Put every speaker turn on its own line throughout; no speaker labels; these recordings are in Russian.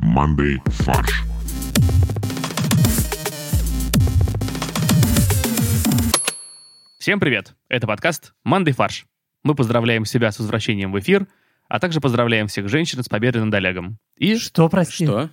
командой «Фарш».
Всем привет! Это подкаст «Манды фарш». Мы поздравляем себя с возвращением в эфир, а также поздравляем всех женщин с победой над Олегом. И,
Что, прости?
Что?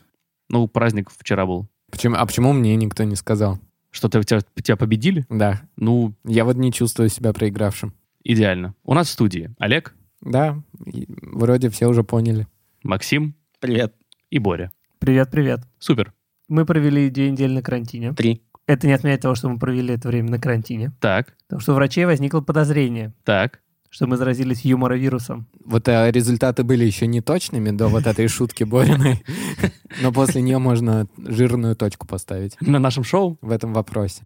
ну, праздник вчера был.
Почему, а почему мне никто не сказал?
Что, ты- тебя, тебя победили?
Да.
Ну,
Я вот не чувствую себя проигравшим.
идеально. У нас в студии Олег,
Да, и вроде все уже поняли.
Максим
Привет.
и Боря.
Привет, привет.
Супер.
Мы провели две недели на карантине.
Три.
Это не отменяет того, что мы провели это время на карантине.
Так,
Потому что у врачей возникло подозрение,
так.
что мы заразились юморовирусом.
Вот э, результаты были еще не точными до вот этой шутки Бориной, но после нее можно жирную точку поставить
На нашем шоу
в этом вопросе.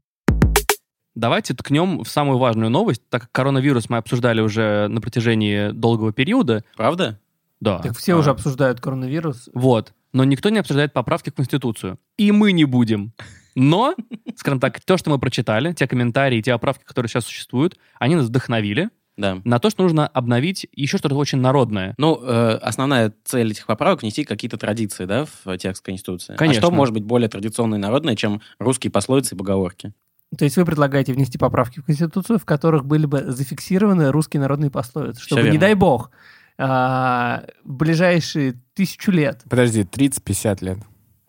Давайте ткнем в самую важную новость, так как коронавирус мы обсуждали уже на протяжении долгого периода.
Правда?
Да.
Так все
а.
уже обсуждают коронавирус.
Вот. Но никто не обсуждает поправки в Конституцию. И мы не будем. Но, скажем так, то, что мы прочитали, те комментарии, те поправки, которые сейчас существуют, они нас вдохновили
Да.
на то, что нужно обновить еще что-то очень народное.
Ну, э, основная цель этих поправок — внести какие-то традиции, да, в текст Конституции.
Конечно.
А что может быть более традиционное и народное, чем русские пословицы и поговорки?
То есть вы предлагаете внести поправки в Конституцию, в которых были бы зафиксированы русские народные пословицы, чтобы, не
верно.
дай бог, а, в ближайшие тысячу лет
Подожди, 30-50 лет.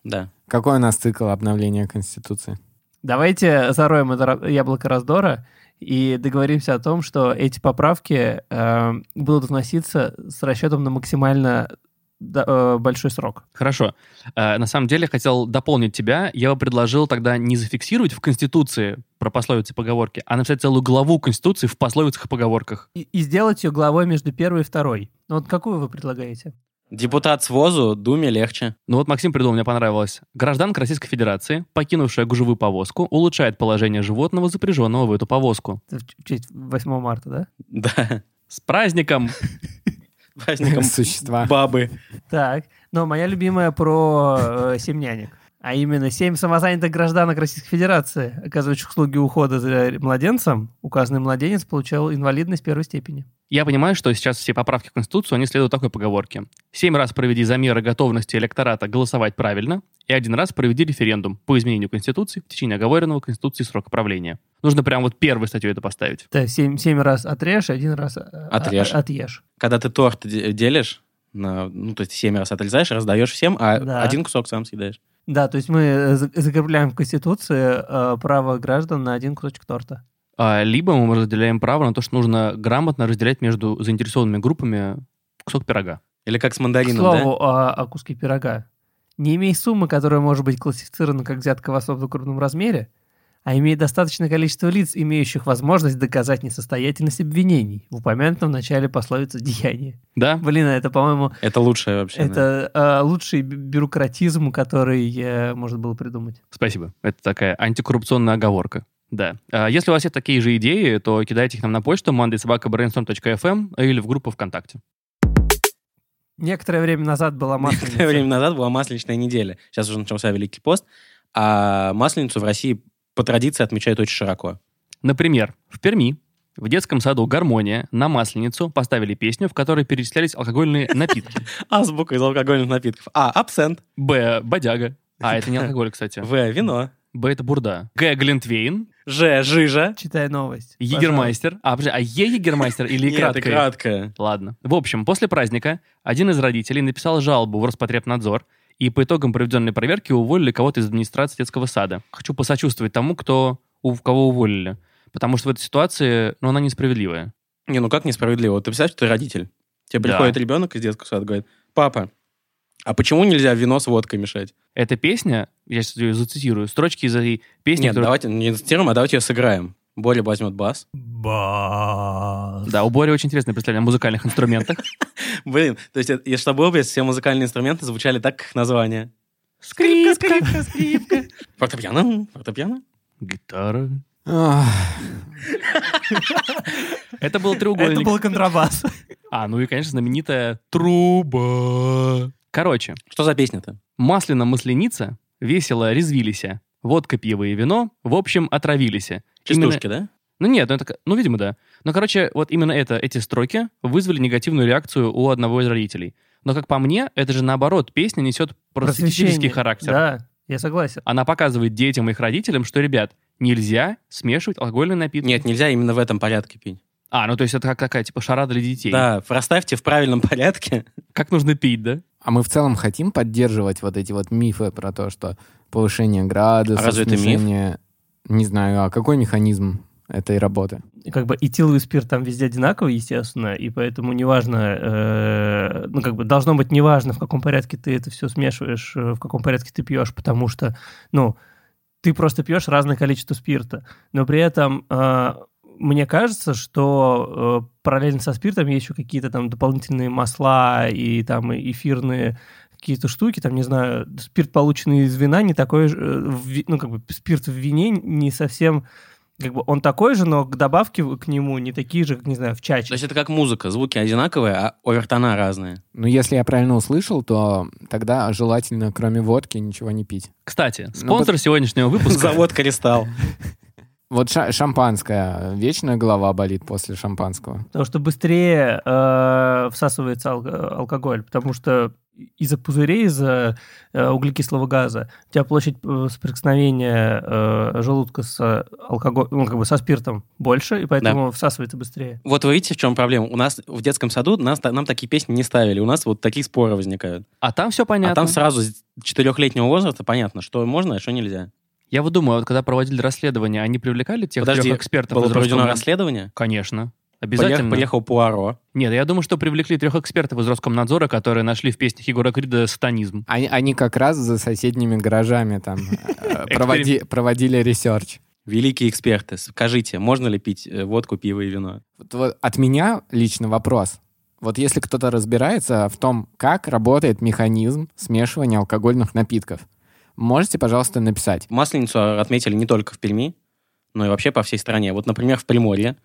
Да.
Какой у нас цикл обновления Конституции?
Давайте зароем это ра- яблоко раздора и договоримся о том, что эти поправки э, будут вноситься с расчетом на максимально да- э, большой срок.
Хорошо. Э, на самом деле, хотел дополнить тебя. Я бы предложил тогда не зафиксировать в Конституции про пословицы и поговорки, а написать целую главу Конституции в пословицах и поговорках.
И, и сделать ее главой между первой и второй. Ну вот какую вы предлагаете?
Депутат с возу, Думе легче.
Ну вот Максим придумал, мне понравилось. Гражданка Российской Федерации, покинувшая гужевую повозку, улучшает положение животного, запряженного в эту повозку.
Это В ч- в честь 8 марта, да?
Да.
С праздником!
С Праздником
Существа.
бабы.
Так, но моя любимая про э, семь нянек. А именно, семь самозанятых гражданок Российской Федерации, оказывающих услуги ухода за младенцем, указанный младенец получал инвалидность первой степени.
Я понимаю, что сейчас все поправки в Конституцию, они следуют такой поговорке. Семь раз проведи замеры готовности электората голосовать правильно, и один раз проведи референдум по изменению Конституции в течение оговоренного Конституции срока правления. Нужно прям вот первой статью это поставить.
Да, семь, семь раз отрежь, один раз э,
Отрежь.
о- отъешь.
Когда ты торт де- делишь, на, ну, то есть семь раз отрезаешь, раздаешь всем, а
Да.
один кусок сам съедаешь.
Да, то есть мы э, за- закрепляем в Конституции э, право граждан на один кусочек торта.
А, либо мы разделяем право на то, что нужно грамотно разделять между заинтересованными группами кусок пирога.
Или как с
К
мандарином,
слову о, о куске пирога. Не имей суммы, которая может быть классифицирована как взятка в особо крупном размере, а имея достаточное количество лиц, имеющих возможность доказать несостоятельность обвинений в упомянутом начале пословицы «деяние».
Да?
Блин, а это, по-моему,
да? Это лучшее вообще. да.
это э, лучший бю- бюрократизм, который э, можно было придумать.
Спасибо. Это такая антикоррупционная оговорка. Да. А Если у вас есть такие же идеи, то кидайте их нам на почту mandaysobakabrainstorm.fm эм или в группу ВКонтакте.
Некоторое время назад была
Некоторое
масленица.
время назад была масленичная неделя. Сейчас уже начался Великий пост. А масленицу в России по традиции отмечают очень широко.
Например, в Перми в детском саду «Гармония» на Масленицу поставили песню, в которой перечислялись алкогольные напитки.
Азбука из алкогольных напитков. А. Абсент.
Б. Бодяга. А, это не алкоголь, кстати.
В. Вино.
Б. Это бурда. Г. Глинтвейн.
Ж. Жижа.
Читай новость. Пожалуйста.
Егермайстер. А, подожди, а Е. Егермайстер или
Нет, и
краткое?
краткое.
Ладно. В общем, после праздника один из родителей написал жалобу в Роспотребнадзор, и по итогам проведенной проверки уволили кого-то из администрации детского сада. Хочу посочувствовать тому, кто у кого уволили. Потому что в этой ситуации, ну, она несправедливая.
Не, ну как несправедливо. Вот Ты представляешь, что ты родитель. Тебе
Да.
приходит ребенок из детского сада, говорит, папа, а почему нельзя вино с водкой мешать?
Эта песня, я сейчас ее зацитирую, строчки из этой песни,
Нет,
которую-
давайте не инсценируем, а давайте ее сыграем. Боря возьмет бас.
Да, у Бори очень интересное представление о музыкальных инструментах.
Блин, то есть, это- если что было бы, если все музыкальные инструменты звучали так, как их название.
Скрипка,
скрипка, скрипка. Фортепиано, фортепиано.
Гитара.
Ах,
Это был треугольник.
Это был контрабас.
А, ну и, конечно, знаменитая труба. Короче,
Что за песня-то?
Маслина-масленица, весело резвилися, водка, пиво и вино, в общем, отравились. Именно-
Частушки, да?
Ну нет, ну, это, к- ну видимо, да. Но, короче, вот именно это, эти строки вызвали негативную реакцию у одного из родителей. Но, как по мне, это же наоборот, песня несет просветительский
Просвещение.
характер.
Да, я согласен.
Она показывает детям и их родителям, что, ребят, нельзя смешивать алкогольные напитки.
Нет, нельзя именно в этом порядке пить.
А, ну то есть это как такая, типа, шара для детей.
Да, расставьте в правильном порядке.
Как нужно пить, да?
А мы в целом хотим поддерживать вот эти вот мифы про то, что повышение градуса,
А разве это миф?
снижение... Не знаю, а какой механизм этой работы?
Как бы этиловый спирт там везде одинаковый, естественно, и поэтому неважно, э, ну как бы должно быть неважно, в каком порядке ты это все смешиваешь, э, в каком порядке ты пьешь, потому что, ну, ты просто пьешь разное количество спирта. Но при этом э, мне кажется, что э, параллельно со спиртом есть еще какие-то там дополнительные масла и там и- эфирные какие-то штуки, там, не знаю, спирт, полученный из вина, не такой же, э, в ви- ну, как бы, спирт в вине не совсем, как бы, он такой же, но к- добавки в- к нему не такие же, как, не знаю, в
То
чаче.
есть это как музыка. Звуки одинаковые, а овертона разные.
Ну, если я правильно услышал, то тогда желательно, кроме водки, ничего не пить.
Кстати,
Ну,
спонсор сегодняшнего выпуска...
Завод Кристалл.
Вот ша- шампанское. Вечная голова болит после шампанского.
Потому что быстрее э, всасывается алко- алкоголь, потому что из-за пузырей, из-за э, углекислого газа у тебя площадь э, соприкосновения э, желудка с алкоголем, ну, как бы со спиртом больше, и поэтому всасывается быстрее.
Вот вы видите, в чем проблема. У нас в детском саду нас, нам такие песни не ставили. У нас вот такие споры возникают.
А там все понятно.
А там сразу с четырехлетнего возраста понятно, что можно, а что нельзя.
Я вот думаю, вот когда проводили расследование, они привлекали тех
Подожди,
трех экспертов
Было
из
проведено
Роскомнадзора?
расследование.
Конечно.
Поехал,
Обязательно.
поехал Пуаро.
Нет, я думаю, что привлекли трех экспертов из Роскомнадзора, которые нашли в песнях Егора Крида сатанизм.
Они, они как раз за соседними гаражами там э, проводи- проводили ресерч.
Великие эксперты, скажите, можно ли пить э, водку, пиво и вино?
Вот- вот от меня лично вопрос. Вот если кто-то разбирается в том, как работает механизм смешивания алкогольных напитков, можете, пожалуйста, написать.
Масленицу отметили не только в Перми, но и вообще по всей стране. Вот, например, в Приморье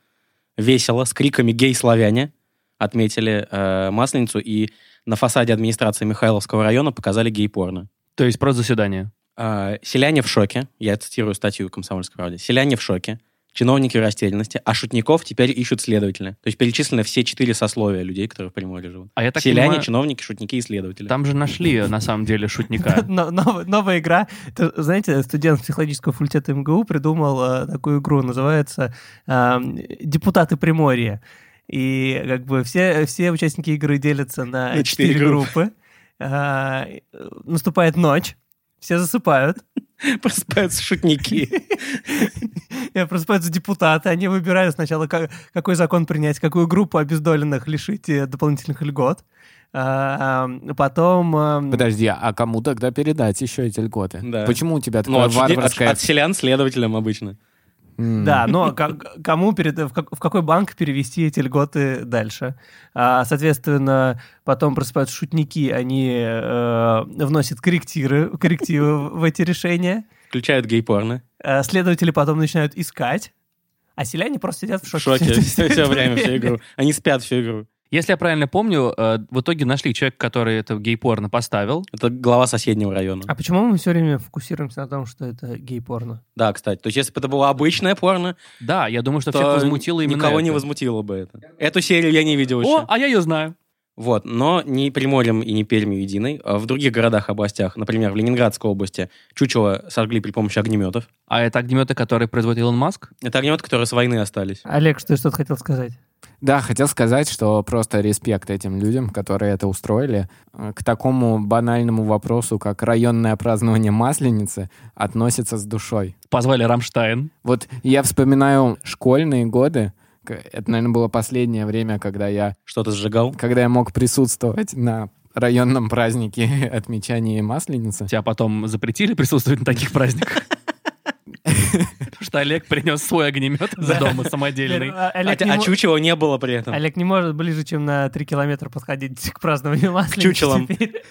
весело, с криками «Гей-славяне!» отметили э, Масленицу, и на фасаде администрации Михайловского района показали гей-порно.
То есть просто заседание.
А, Селяне в шоке. Я цитирую статью «Комсомольской правде». Селяне в шоке. Чиновники в растерянности, а шутников теперь ищут следователи. То есть перечислены все четыре сословия людей, которые в Приморье живут.
А я так
Селяне,
понимаю,
чиновники, шутники и следователи.
там же нашли на самом деле шутника.
Но- нов- новая игра. Это, знаете, студент психологического факультета МГУ придумал э, такую игру, называется э, «Депутаты Приморья». И как бы все, все участники игры делятся на
На четыре
четыре группы. А, э, Наступает ночь, все засыпают.
просыпаются шутники.
И Просыпаются депутаты, они выбирают сначала, ка- какой закон принять, какую группу обездоленных лишить э, дополнительных льгот. А, а, Потом... эм,
Подожди, а кому тогда передать еще эти льготы?
Да.
Почему у тебя
Ну,
такое
от, шути- от-
варварское...
от селян следователям обычно.
М.
Да, но ко- кому перед, в, как- в какой банк перевести эти льготы дальше? А, соответственно, потом просыпаются шутники, они э, вносят корректиры, коррективы в эти решения.
Включают гей-порно.
Э, следователи потом начинают искать, а селяне просто сидят в
В
шоке.
шоке.
Всё-
Все,
всё
время, всю игру. Они спят всю игру.
Если я правильно помню, э, в итоге нашли человека, который это гей-порно поставил.
Это глава соседнего района.
А почему мы все время фокусируемся на том, что это гей-порно?
Да, кстати. То есть, если бы это было обычное порно,
Да, я думаю, что
то
всех возмутило именно
никого не
это.
возмутило бы это. Эту серию я не видел
О,
еще.
а я ее знаю.
Вот, но не Приморьем и не Пермью единой. А В других городах, областях, например, в Ленинградской области, чучело сожгли при помощи огнеметов.
А это огнеметы, которые производит Илон Маск?
Это огнеметы, которые с войны остались.
Олег, что ты что-то хотел сказать?
Да, хотел сказать, что просто респект этим людям, которые это устроили. Э, К такому банальному вопросу, как районное празднование Масленицы, относятся с душой.
Позвали Рамштайн.
Вот я вспоминаю школьные годы. К- Это, наверное, было последнее время, когда я,
Что-то сжигал.
когда я мог присутствовать на районном празднике отмечания Масленицы.
Тебя потом запретили присутствовать на таких праздниках. Потому что Олег принес свой огнемет из
Да.
дома самодельный.
А-
А,
Олег,
те-
не
а
мо-
чучела не было при этом.
Олег не может ближе, чем на 3 километра подходить к празднованию Масленицы.
чучелам.
теперь.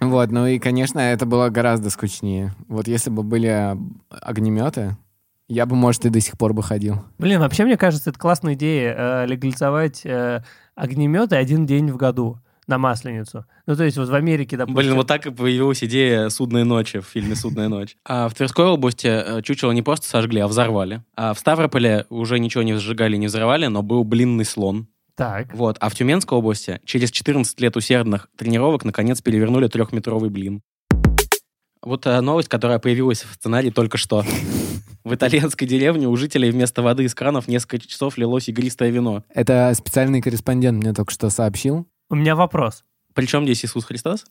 Вот, ну и, конечно, это было гораздо скучнее. Вот если бы были а, огнеметы, я бы, может, и до сих пор бы ходил.
Блин, вообще, мне кажется, это классная идея э, легализовать э, огнеметы один день в году на Масленицу. Ну, то есть вот в Америке, допустим...
Блин, вот так и появилась идея «Судной ночи» в фильме «Судная ночь». А в Тверской области э, чучело не просто сожгли, а взорвали. А в Ставрополе уже ничего не сжигали, не взрывали, но был блинный слон.
Так.
Вот. А в Тюменской области через 14 лет усердных тренировок наконец перевернули трехметровый блин. Вот э, новость, которая появилась в сценарии только что. В итальянской деревне у жителей вместо воды из кранов несколько часов лилось игристое вино.
Это специальный корреспондент мне только что сообщил.
У меня вопрос.
Причем здесь Иисус Христос?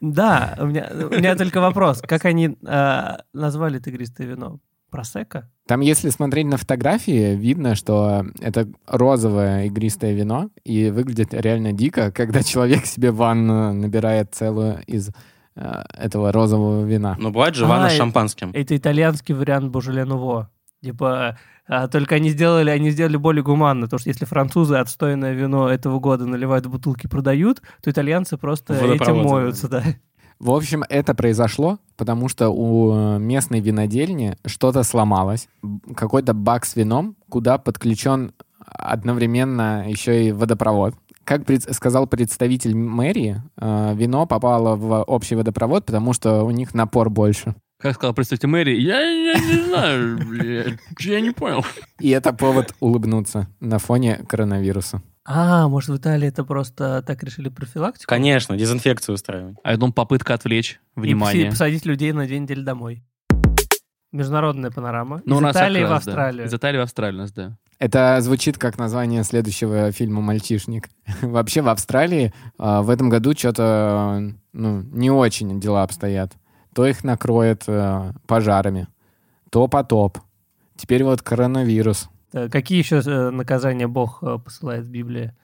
Да, у меня, у меня только вопрос. Как они э, назвали это игристое вино? Просека?
Там, если смотреть на фотографии, видно, что это розовое игристое вино, и выглядит реально дико, когда человек себе в ванну набирает целую из э, этого розового вина.
Ну, бывает же
А,
ванна с
э,
шампанским.
Это итальянский вариант Божеле Нуво. Типа, а, только они сделали, они сделали более гуманно, потому что если французы отстойное вино этого года наливают в бутылки и продают, то итальянцы просто этим
Водопроводом, да.
моются, да.
В общем, это произошло, потому что у э, местной винодельни что-то сломалось. Б- Какой-то бак с вином, куда подключен одновременно еще и водопровод. Как пред- сказал представитель мэрии, э, вино попало в общий водопровод, потому что у них напор больше.
Как сказал представитель мэрии, я, я не знаю, блядь, я не понял.
И это повод улыбнуться на фоне коронавируса.
А, может, в Италии это просто так решили профилактику?
Конечно, дезинфекцию устраивать.
А я думал, попытка отвлечь
И
внимание.
поси- посадить людей на две недели домой. Международная панорама.
Ну, у
Из
нас
Италии
как раз,
в
да.
Австралию.
Из Италии в Австралию, у нас, да.
Это звучит как название следующего фильма «Мальчишник». Вообще в Австралии э, в этом году что-то ну, не очень дела обстоят. То их накроет э, пожарами, то потоп. Теперь вот коронавирус.
Э, Какие еще э, наказания Бог э, посылает в Библии?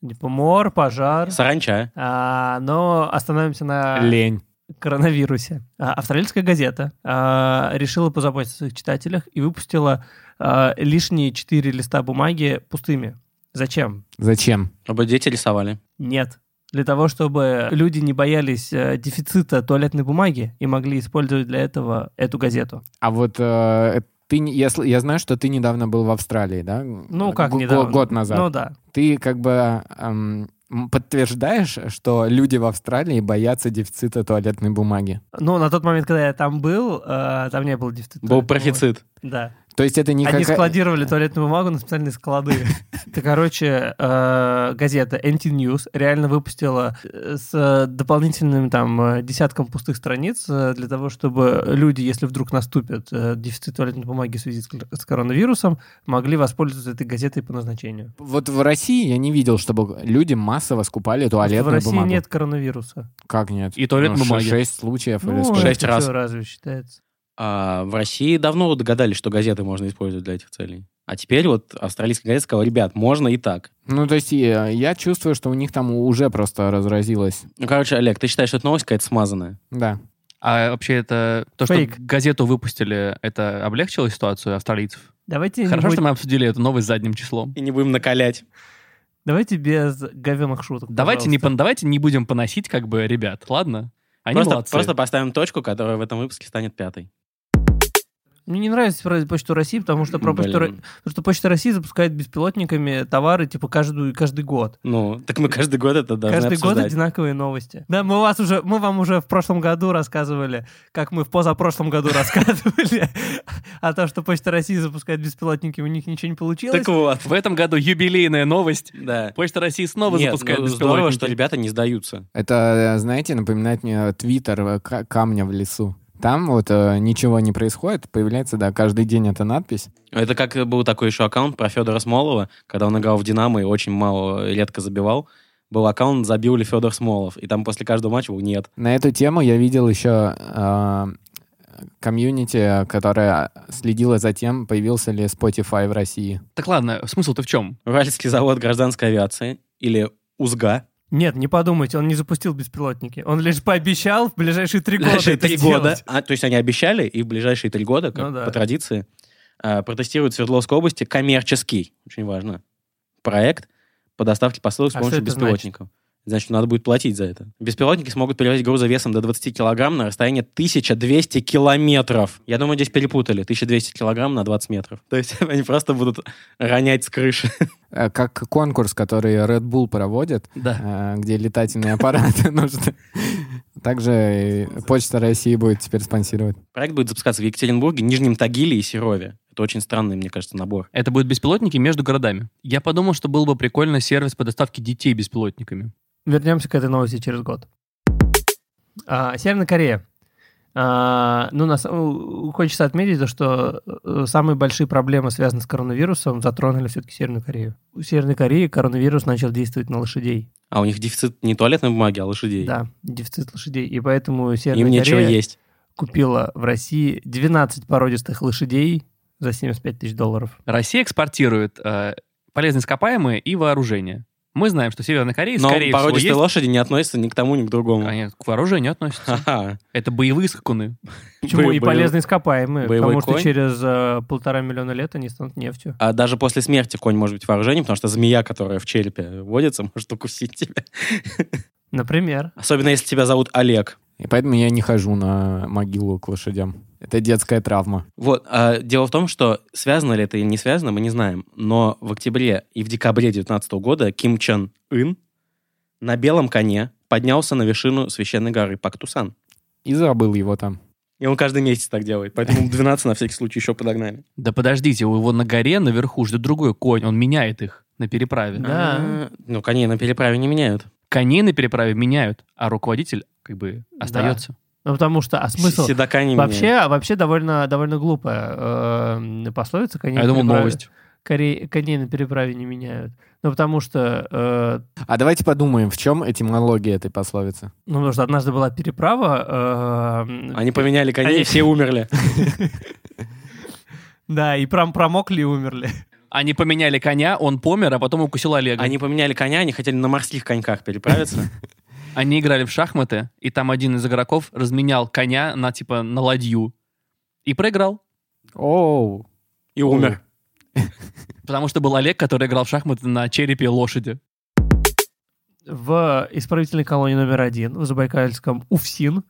Типа мор, пожар.
Саранча.
А, но остановимся на
Лень.
коронавирусе. А, Австралийская газета а, решила позаботиться о своих читателях и выпустила а, лишние четыре листа бумаги пустыми. Зачем?
Зачем?
Чтобы дети рисовали.
Нет. Для того, чтобы люди не боялись э, дефицита туалетной бумаги и могли использовать для этого эту газету.
А вот э, ты, не- я, сл- я знаю, что ты недавно был в Австралии, да?
Ну, как
Г-
недавно.
Э, Год назад.
Ну да.
Ты как бы эм, м, подтверждаешь, что люди в Австралии боятся дефицита туалетной бумаги?
Ну, на тот момент, когда я там был, э, там не было дефицита.
Был профицит.
Да.
То есть это не
Они
какая-
складировали туалетную бумагу на специальные склады. Это, короче, э, газета NT-News реально выпустила э, с дополнительным там э, десятком пустых страниц э, для того, чтобы люди, если вдруг наступит э, дефицит туалетной бумаги в связи с кор- с коронавирусом, могли воспользоваться этой газетой по назначению.
Вот в России я не видел, чтобы люди массово скупали
Потому что
туалетную
в России
бумагу.
нет коронавируса.
Как нет?
И туалетной
Ну, ше-
бумаги.
Шесть случаев или
Ну,
сколько?
Шесть
это
раз.
всё разве считается?
А в России давно догадались, что газеты можно использовать для этих целей. А теперь вот австралийская газета сказала, ребят, можно и так.
Ну, то есть э, я чувствую, что у них там уже просто разразилось.
Ну, короче, Олег, ты считаешь, что это новость какая-то смазанная?
Да.
А вообще это... То, что
Фейк.
газету выпустили, это облегчило ситуацию австралийцев?
Давайте, не
Хорошо,
будем-
что мы обсудили эту новость задним числом.
И не будем накалять.
Давайте без говёных шуток.
Давайте не,
пожалуйста.
пон- давайте не будем поносить, как бы, ребят, ладно? Они
Просто,
молодцы.
просто поставим точку, которая в этом выпуске станет пятой.
Мне не нравится про почту России, потому что про почту, Ро-
Блин.
Потому что Почта России запускает беспилотниками товары, типа, каждую, каждый год.
Ну, так мы каждый год это должны
каждый год
обсуждать.
одинаковые новости. Да, мы, вас уже, мы вам уже в прошлом году рассказывали, как мы в позапрошлом году рассказывали о том, что Почта России запускает беспилотники, у них ничего не получилось.
Так вот.
В этом году юбилейная новость.
Да.
Почта России снова
Нет,
запускает
ну, здорово,
беспилотники.
что ребята не сдаются.
Это, э, знаете, напоминает мне твиттер э, ка- камня в лесу. Там вот э, ничего не происходит, появляется, да, каждый день эта надпись.
Это как был такой еще аккаунт про Федора Смолова, когда он играл в «Динамо» и очень мало, э, редко забивал. Был аккаунт «Забил ли Федор Смолов?» И там после каждого матча был «Нет».
На эту тему я видел еще э, комьюнити, которая следила за тем, появился ли Spotify в России.
Так ладно, смысл-то в чем?
Уральский завод гражданской авиации или УЗГА.
Нет, не подумайте, он не запустил беспилотники. Он лишь пообещал в ближайшие три года
Ближайшие
это
три года.
сделать.
А, то есть они обещали, и в ближайшие три года, как
Ну да.
по традиции, э, протестируют в Свердловской области коммерческий, очень важно, проект по доставке посылок с
А
помощью
что это значит?
беспилотников. Значит, надо будет платить за это. Беспилотники смогут перевозить грузы весом до 20 килограмм на расстояние 1200 километров. Я думаю, здесь перепутали. 1200 килограмм на 20 метров. То есть они просто будут ронять с крыши.
Э, Как конкурс, который Red Bull проводит,
Да.
э, где летательные аппараты нужно. Также э, Почта России будет теперь спонсировать.
Проект будет запускаться в Екатеринбурге, Нижнем Тагиле и Серове. Это очень странный, мне кажется, набор.
Это будут беспилотники между городами. Я подумал, что было бы прикольно сервис по доставке детей беспилотниками.
Вернемся к этой новости через год. А, Северная Корея. А, ну, нас, у- хочется отметить то, что э, самые большие проблемы, связанные с коронавирусом, затронули все-таки Северную Корею. У Северной Кореи коронавирус начал действовать на лошадей.
А у них дефицит не туалетной бумаги, а лошадей.
Да, дефицит лошадей. И поэтому Северная
Им нечего
Корея
есть.
купила в России 12 породистых лошадей за 75 тысяч долларов.
Россия экспортирует э, полезные ископаемые и вооружение. Мы знаем, что Северная Корея,
Но
скорее всего,
породистые
есть...
лошади не относятся ни к тому, ни к другому.
Они к вооружению относятся.
Ха-ха.
Это боевые скакуны.
Почему
Бо-
и
боевой-
полезные ископаемые?
боевой
Потому что
конь.
через э, полтора миллиона лет они станут нефтью.
А даже после смерти конь может быть вооружением, потому что змея, которая в черепе водится, может укусить тебя.
Например.
Особенно если тебя зовут Олег.
И поэтому я не хожу на могилу к лошадям. Это детская травма.
Вот, а дело в том, что связано ли это или не связано, мы не знаем. Но в октябре и в декабре 2019 года Ким Чен Ын на белом коне поднялся на вершину священной горы Пактусан.
И забыл его там.
И он каждый месяц так делает, поэтому 12 на всякий случай еще подогнали.
Да подождите, у его на горе наверху ждет другой конь, он меняет их на переправе.
Да.
А, Ну, коней на переправе не меняют.
Коней на переправе меняют, а руководитель как бы остается.
Ну, потому что, а смысл?
Седока не меняют.
Вообще, а вообще довольно, довольно глупая э, пословица. Коней
А я
на
думал,
переправе-
новость.
корей- коней на переправе не меняют. Ну, потому что, э,
А давайте подумаем, в чем этимология этой пословицы.
ну, потому что однажды была переправа. э,
Они поменяли коней,
Они-
и все умерли.
Да, и прям промокли и умерли.
Они поменяли коня, он помер, а потом укусил Олега. Они...
Они поменяли коня, они хотели на морских коньках переправиться.
играли в шахматы, и там один из игроков разменял коня на типа на ладью и проиграл.
Оу.
И умер.
Потому что был Олег, который играл в шахматы на черепе лошади.
В исправительной колонии номер один в Забайкальском Уфсин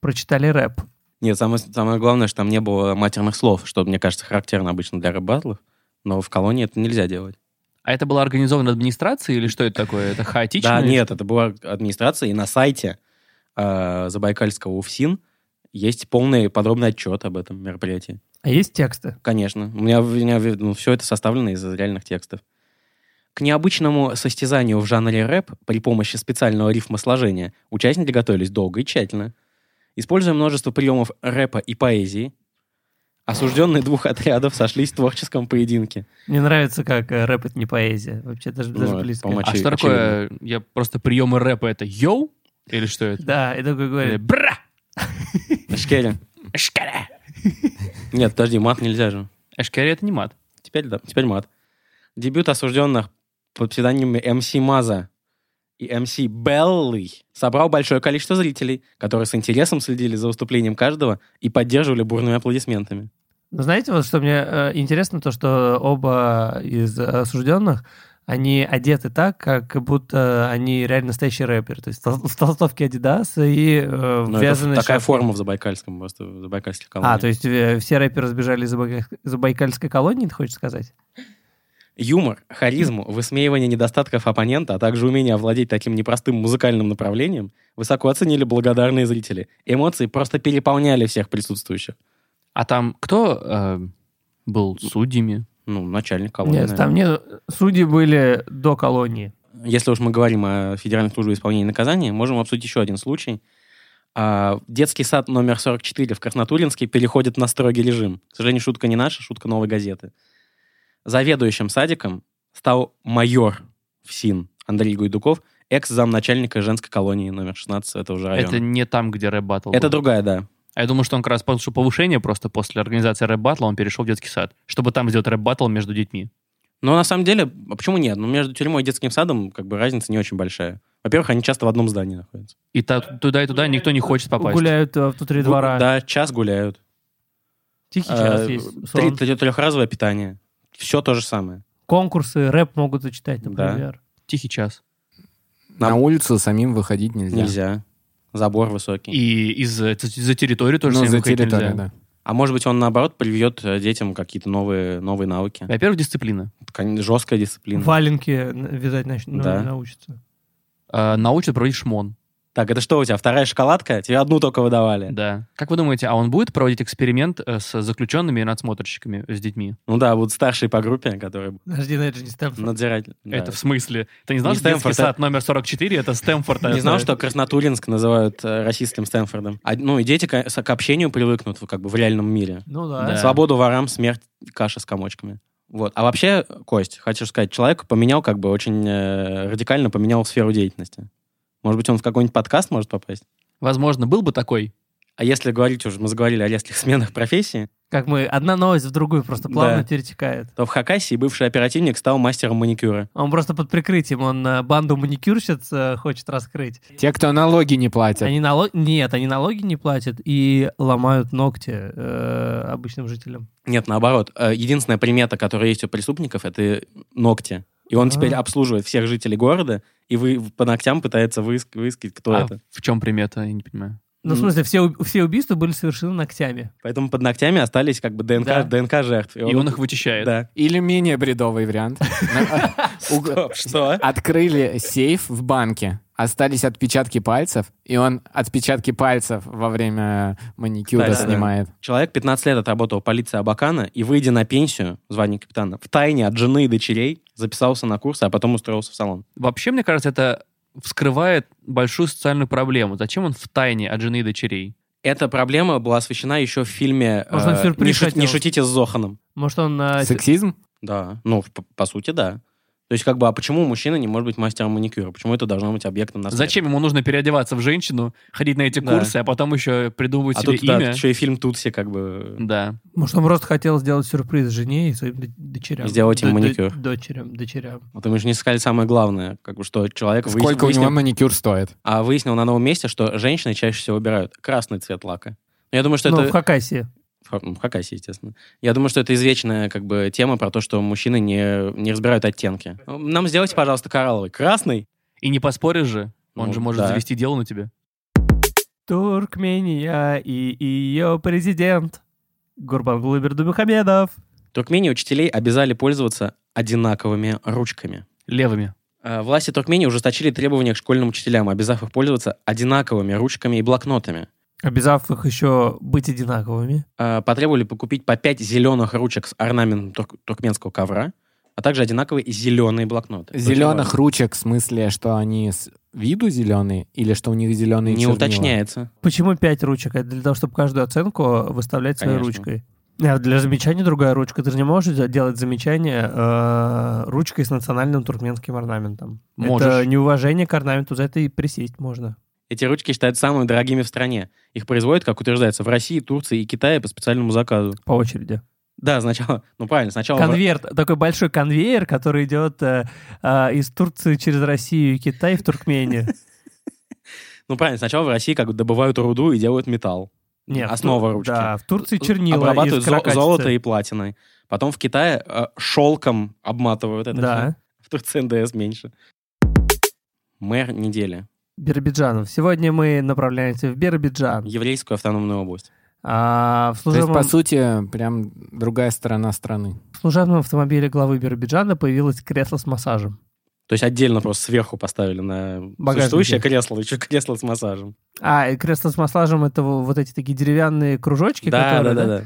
прочитали рэп.
Нет, самое, самое главное, что там не было матерных слов, что, мне кажется, характерно обычно для рэп-батлов, но в колонии это нельзя делать.
А это было организовано администрацией или что это такое? Это хаотично?
Да, нет, это была администрация, и на сайте э, Забайкальского УФСИН есть полный подробный отчет об этом мероприятии.
А есть тексты?
Конечно. У меня, у меня все это составлено из реальных текстов. К необычному состязанию в жанре рэп при помощи специального рифмосложения участники готовились долго и тщательно. Используя множество приемов рэпа и поэзии, осужденные двух отрядов сошлись в творческом поединке.
Мне нравится, как э, рэп — это не поэзия. Вообще даже, даже
Ну,
близко.
по-моему,
А
Очевид-
что такое? Я просто приемы рэпа это йоу? Или что это?
Да, и такой
Э,
Или
говорит,
Бра!
Эшкере.
Эшкере!
Нет, подожди, мат нельзя же.
Эшкере это не мат.
Теперь, да, теперь мат. Дебют осужденных под псевдонимами МС Маза и МС Беллы собрал большое количество зрителей, которые с интересом следили за выступлением каждого и поддерживали бурными аплодисментами.
Ну, Знаете, вот что мне э, интересно, то, что оба из осужденных, они одеты так, как будто они реально настоящие рэперы. То есть тол- в толстовке Adidas и э,
Но Ну, это
вязаные
такая
шапки.
форма в Забайкальском, просто в Забайкальской колонии.
А, то есть э, все рэперы сбежали из Забайка- Забайкальской колонии, ты хочешь сказать?
Юмор, харизму, высмеивание недостатков оппонента, а также умение овладеть таким непростым музыкальным направлением высоко оценили благодарные зрители. Эмоции просто переполняли всех присутствующих.
А там кто э, был судьями?
Ну, начальник колонии.
Нет,
наверное.
там нет. Судьи были до колонии.
Если уж мы говорим о Федеральной службе исполнения наказания, можем обсудить еще один случай. А, Детский сад номер 44 в Краснотуринске переходит на строгий режим. К сожалению, шутка не наша, шутка новой газеты. Заведующим садиком стал майор ФСИН Андрей Гуйдуков, экс-замначальника женской колонии номер 16 этого же района.
Это не там, где рэп батл.
Это
был.
другая, да.
А я думаю, что он как раз получил повышение просто после организации рэп батла, он перешел в детский сад, чтобы там сделать рэп батл между детьми.
Но на самом деле, а почему нет? Ну, между тюрьмой и детским садом как бы разница не очень большая. Во-первых, они часто в одном здании находятся.
И та- туда и туда никто не хочет попасть.
Гуляют э, внутри двора.
Да, час гуляют.
Тихий
Э,
час есть.
три-
сон.
три- Трехразовое питание. Все то же самое.
Конкурсы рэп могут зачитать,
Да.
например.
Тихий час.
На
Нам-
улицу самим выходить нельзя.
Нельзя. Забор высокий.
И из-за за территорию тоже
Ну,
всем
за
выходить
территорию,
нельзя.
да.
А может быть, он, наоборот, привьет э, детям какие-то новые, новые навыки.
Во-первых, дисциплина.
Кон- Жесткая дисциплина.
Валенки н- вязать нач- ну,
Да.
научатся.
Э, научат проводить шмон.
Так, это что у тебя, вторая шоколадка? Тебе одну только выдавали.
Да. Э, Как вы думаете, а он будет проводить эксперимент э, с заключенными и надсмотрщиками, с детьми?
Ну да, будут старшие по группе, которые будут
Подожди, ну это же не Стэнфорд.
надзиратель. Да.
Это в смысле? Ты не знал,
Не
что детский
Стэнфорд, а
сад номер 44 — это Стэнфорд? а
Не
это-
знал, что Краснотулинск называют э, российским Стэнфордом. А, ну и дети к, с- к общению привыкнут в- как бы в реальном мире.
Ну
Да.
да.
Свободу ворам, смерть, каша с комочками. Вот. А вообще, Кость, хочу сказать, человек поменял как бы очень э, радикально поменял сферу деятельности. Может быть, он в какой-нибудь подкаст может попасть?
Возможно, был бы такой.
А если говорить уже, мы заговорили о резких сменах профессии,
Как мы, одна новость в другую просто плавно
Да.
перетекает.
то в Хакасии бывший оперативник стал мастером маникюра.
Он просто под прикрытием, он э, банду маникюрщиц э, хочет раскрыть.
Те, кто налоги не платят.
Они налог... Нет, они налоги не платят и ломают ногти э, обычным жителям.
Нет, наоборот. Э, Единственная примета, которая есть у преступников, это ногти. И он
А.
теперь обслуживает всех жителей города и вы, по ногтям пытается выиск- выискать, кто
А
это.
в чем примета? Я не понимаю.
Ну, в
М.
смысле, все, у- все убийства были совершены ногтями.
Поэтому под ногтями остались как бы ДНК,
Да.
ДНК жертв.
И он их вычищает.
Да.
Или менее бредовый вариант. а,
Стоп, что?
Открыли сейф в банке, остались отпечатки пальцев, и он отпечатки пальцев во время э, маникюра
Да-да-да.
снимает.
Человек 15 лет отработал в полиции Абакана и, выйдя на пенсию, звание капитана, в тайне от жены и дочерей записался на курсы, а потом устроился в салон.
Вообще, мне кажется, это вскрывает большую социальную проблему. Зачем он в тайне от жены и дочерей?
Эта проблема была освещена еще в фильме
Может, он
э,
сюрприз
«Не шут- «Не
хотел».
шутите с Зоханом».
Может, он...
А
э,
Сексизм?
Да, ну, по, по сути, да. То есть, как бы, а почему мужчина не может быть мастером маникюра? Почему это должно быть объектом наследия?
Зачем ему нужно переодеваться в женщину, ходить на эти
Да.
курсы, а потом еще придумывать
А
себе
тут, да,
имя?
еще и фильм Тутси, как бы...
Да.
Может, он просто хотел сделать сюрприз жене и своим д- дочерям.
Сделать им
Д- д-
маникюр.
Дочерям, дочерям.
Вот мы же не сказали самое главное, как бы, что человек... выяс-
Сколько у
выяснил-
него маникюр стоит?
А выяснил на новом месте, что женщины чаще всего выбирают красный цвет лака. Но Я думаю, что
ну,
это...
в Хакасии.
в Ха- ну, в Хакасии, естественно. Я думаю, что это извечная как бы тема про то, что мужчины не, не разбирают оттенки. Нам сделайте, пожалуйста, коралловый. Красный?
И не поспоришь же, он
Ну,
же может
да.
завести дело на тебя.
Туркмения и ее президент Гурбангулы Бердумухамедов.
Туркмении учителей обязали пользоваться одинаковыми ручками.
Левыми.
Э, Власти Туркмении ужесточили требования к школьным учителям, обязав их пользоваться одинаковыми ручками и блокнотами.
Обязав их еще быть одинаковыми.
Э, Потребовали покупить по 5 зеленых ручек с орнаментом турк- туркменского ковра, а также одинаковые зеленые блокноты. Очень
Зеленых
важно.
ручек в смысле, что они с виду зеленые или что у них зеленые
не
чернила?
уточняется.
Почему пять ручек? Это для того, чтобы каждую оценку выставлять своей
Конечно.
ручкой. А для замечаний другая ручка. Ты же не можешь де- делать замечание э, ручкой с национальным туркменским орнаментом. Это
Можешь.
неуважение к орнаменту. За это и присесть можно.
Эти ручки считаются самыми дорогими в стране. Их производят, как утверждается, в России, Турции и Китае по специальному заказу.
По очереди.
Да, сначала, ну правильно, сначала... в-
Конвейер, такой большой конвейер, который идет э, э, из Турции через Россию и Китай в Туркмению.
Ну правильно, сначала в России как бы добывают руду и делают металл.
Нет,
Основа
в Тур-
ручки. Э,
Да, в Турции чернила
Обрабатывают
из
зо-
каракатицы.
золото и платиной. Потом в Китае э, шелком обматывают это
Да,
всё. В Турции НДС меньше. Мэр недели.
Биробиджанов. Сегодня мы направляемся в Биробиджан.
Еврейскую автономную область.
А, в,
То есть,
служебном,
по сути, прям другая сторона страны.
в служебном автомобиле главы Биробиджана появилось кресло с массажем.
То есть отдельно просто сверху поставили на
Багажнике.
существующее кресло, еще кресло с массажем.
А, и кресло с массажем — это во- вот эти такие деревянные кружочки,
Да, да,
которые,
да,
да,
да.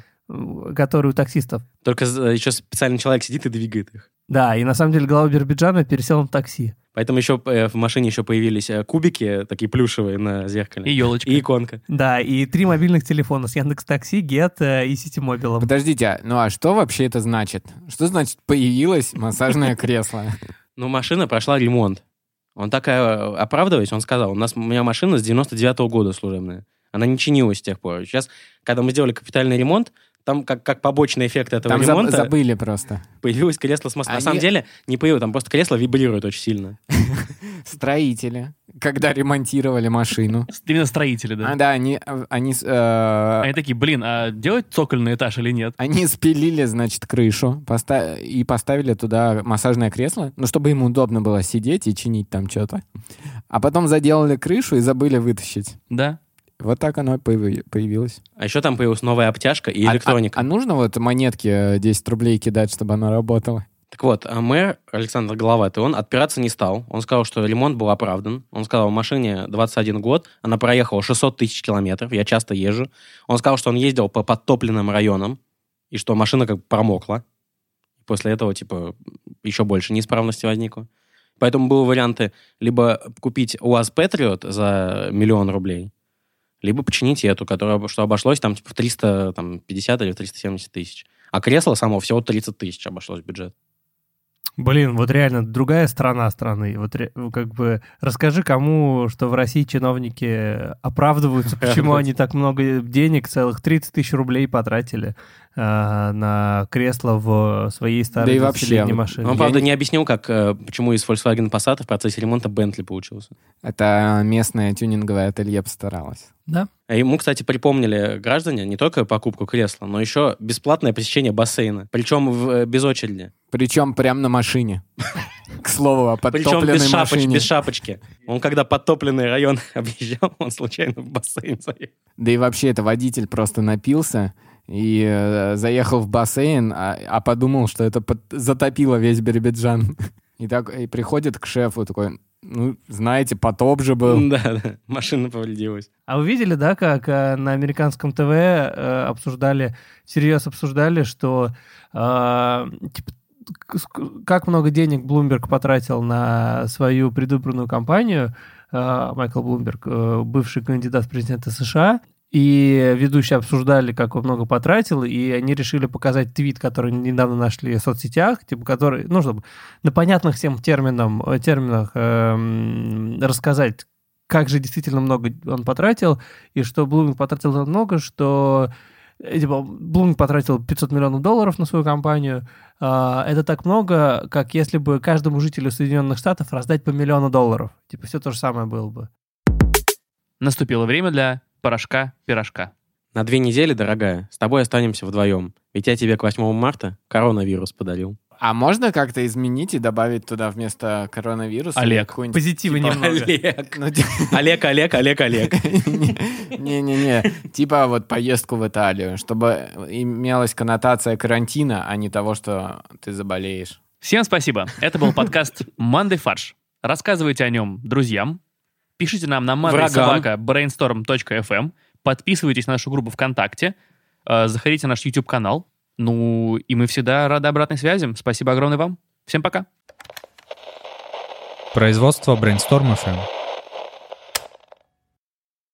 э, которые у таксистов.
Только еще специальный человек сидит и двигает их.
Да, и на самом деле глава Биробиджана пересел на такси.
Поэтому еще э, в машине еще появились э, кубики, такие плюшевые на
И
зеркале.
елочка.
И иконка.
Да, и три мобильных телефона с Яндекс Такси, Гет э, и Ситимобилом.
Подождите, а- ну а что вообще это значит? Что значит появилось массажное кресло?
Ну, машина прошла ремонт. Он так э, оправдываясь, он сказал, у, нас, у меня машина с 99-го года служебная. Она не чинилась с тех пор. Сейчас, когда мы сделали капитальный ремонт, там как, как побочный эффект этого
Там заб-
ремонта
забыли просто.
появилось кресло с массажем.
Они-
На самом деле не появилось, там просто кресло вибрирует очень сильно.
Строители, когда ремонтировали машину.
Именно строители, да.
А, да, они, э, они, с- э,
Они такие, блин, а делать цокольный этаж или нет?
они спилили, значит, крышу поста- и поставили туда массажное кресло, ну, чтобы им удобно было сидеть и чинить там что-то. А потом заделали крышу и забыли вытащить.
Да.
Вот так оно и появи- появилось.
А еще там появилась новая обтяжка и
А-
электроника.
А, а нужно вот монетки э, 10 рублей кидать, чтобы оно работало?
Так вот, а мэр Александр Головатый, он отпираться не стал. Он сказал, что ремонт был оправдан. Он сказал, машине 21 год, она проехала 600 тысяч километров, я часто езжу. Он сказал, что он ездил по подтопленным районам, и что машина как бы промокла. После этого, типа, еще больше неисправности возникло. Поэтому были варианты либо купить УАЗ Патриот за миллион рублей, либо починить эту, которая, об- что обошлось там типа в 350 или в 370 тысяч. А кресло само всего 30 тысяч обошлось бюджет.
Блин, вот реально другая страна страны. Вот ре- ну, как бы расскажи кому, что в России чиновники оправдываются, почему они так много денег, целых 30 тысяч рублей потратили а, на кресло в своей
Да
старой
и вообще,
средней
вот, ну,
Он,
машине.
я
правда,
не-
не... объяснил, как, э, почему из Volkswagen Passat в процессе ремонта Бентли получился.
Это местное тюнинговое ателье постаралось.
Да?
А Ему, кстати, припомнили граждане не только покупку кресла, но еще бесплатное посещение бассейна. Причем в, э, без очереди.
Причем прям на машине. К слову, о
Причем без,
подтопленной
шапоч-
машине.
без шапочки. Он когда подтопленный район объезжал, он случайно в бассейн заехал.
Да и вообще, это водитель просто напился и э, заехал в бассейн, а, а подумал, что это под- затопило весь Биробиджан. И, так, и приходит к шефу такой, ну, знаете, потоп же был.
Да, да, машина повредилась.
А вы видели, да, как э, на американском ТВ э, обсуждали, всерьез обсуждали, что э, типа, к- ск- как много денег Блумберг потратил на свою предвыборную кампанию, э, Майкл Блумберг, э, бывший кандидат в президенты США, и ведущие обсуждали, как он много потратил, и они решили показать твит, который они недавно нашли в соцсетях, типа который, ну, чтобы на понятных всем терминам, э, терминах эм, рассказать, как же действительно много он потратил, и что Блуминг потратил так много, что э, типа, Блуминг потратил 500 миллионов долларов на свою компанию. А, Это так много, как если бы каждому жителю Соединенных Штатов раздать по миллиону долларов. Типа все то же самое было бы.
Наступило время для порошка-пирожка.
На две недели, дорогая, с тобой останемся вдвоем. Ведь я тебе к 8 марта коронавирус подарил.
А можно как-то изменить и добавить туда вместо коронавируса?
Олег,
какой-нибудь-
Позитива немного.
типа, Олег,
Ну, ти-
Олег, Олег, Олег, Олег.
Не-не-не, типа вот поездку в Италию, чтобы имелась коннотация карантина, а не того, что ты заболеешь.
Всем спасибо. Это был подкаст «Манды фарш». Рассказывайте о нем друзьям. Пишите нам на
Врагам.
mandysobaka.brainstorm.fm. Подписывайтесь на нашу группу ВКонтакте. Э, Заходите на наш YouTube-канал. Ну, и мы всегда рады обратной связи. Спасибо огромное вам. Всем пока.
Производство Brainstorm FM.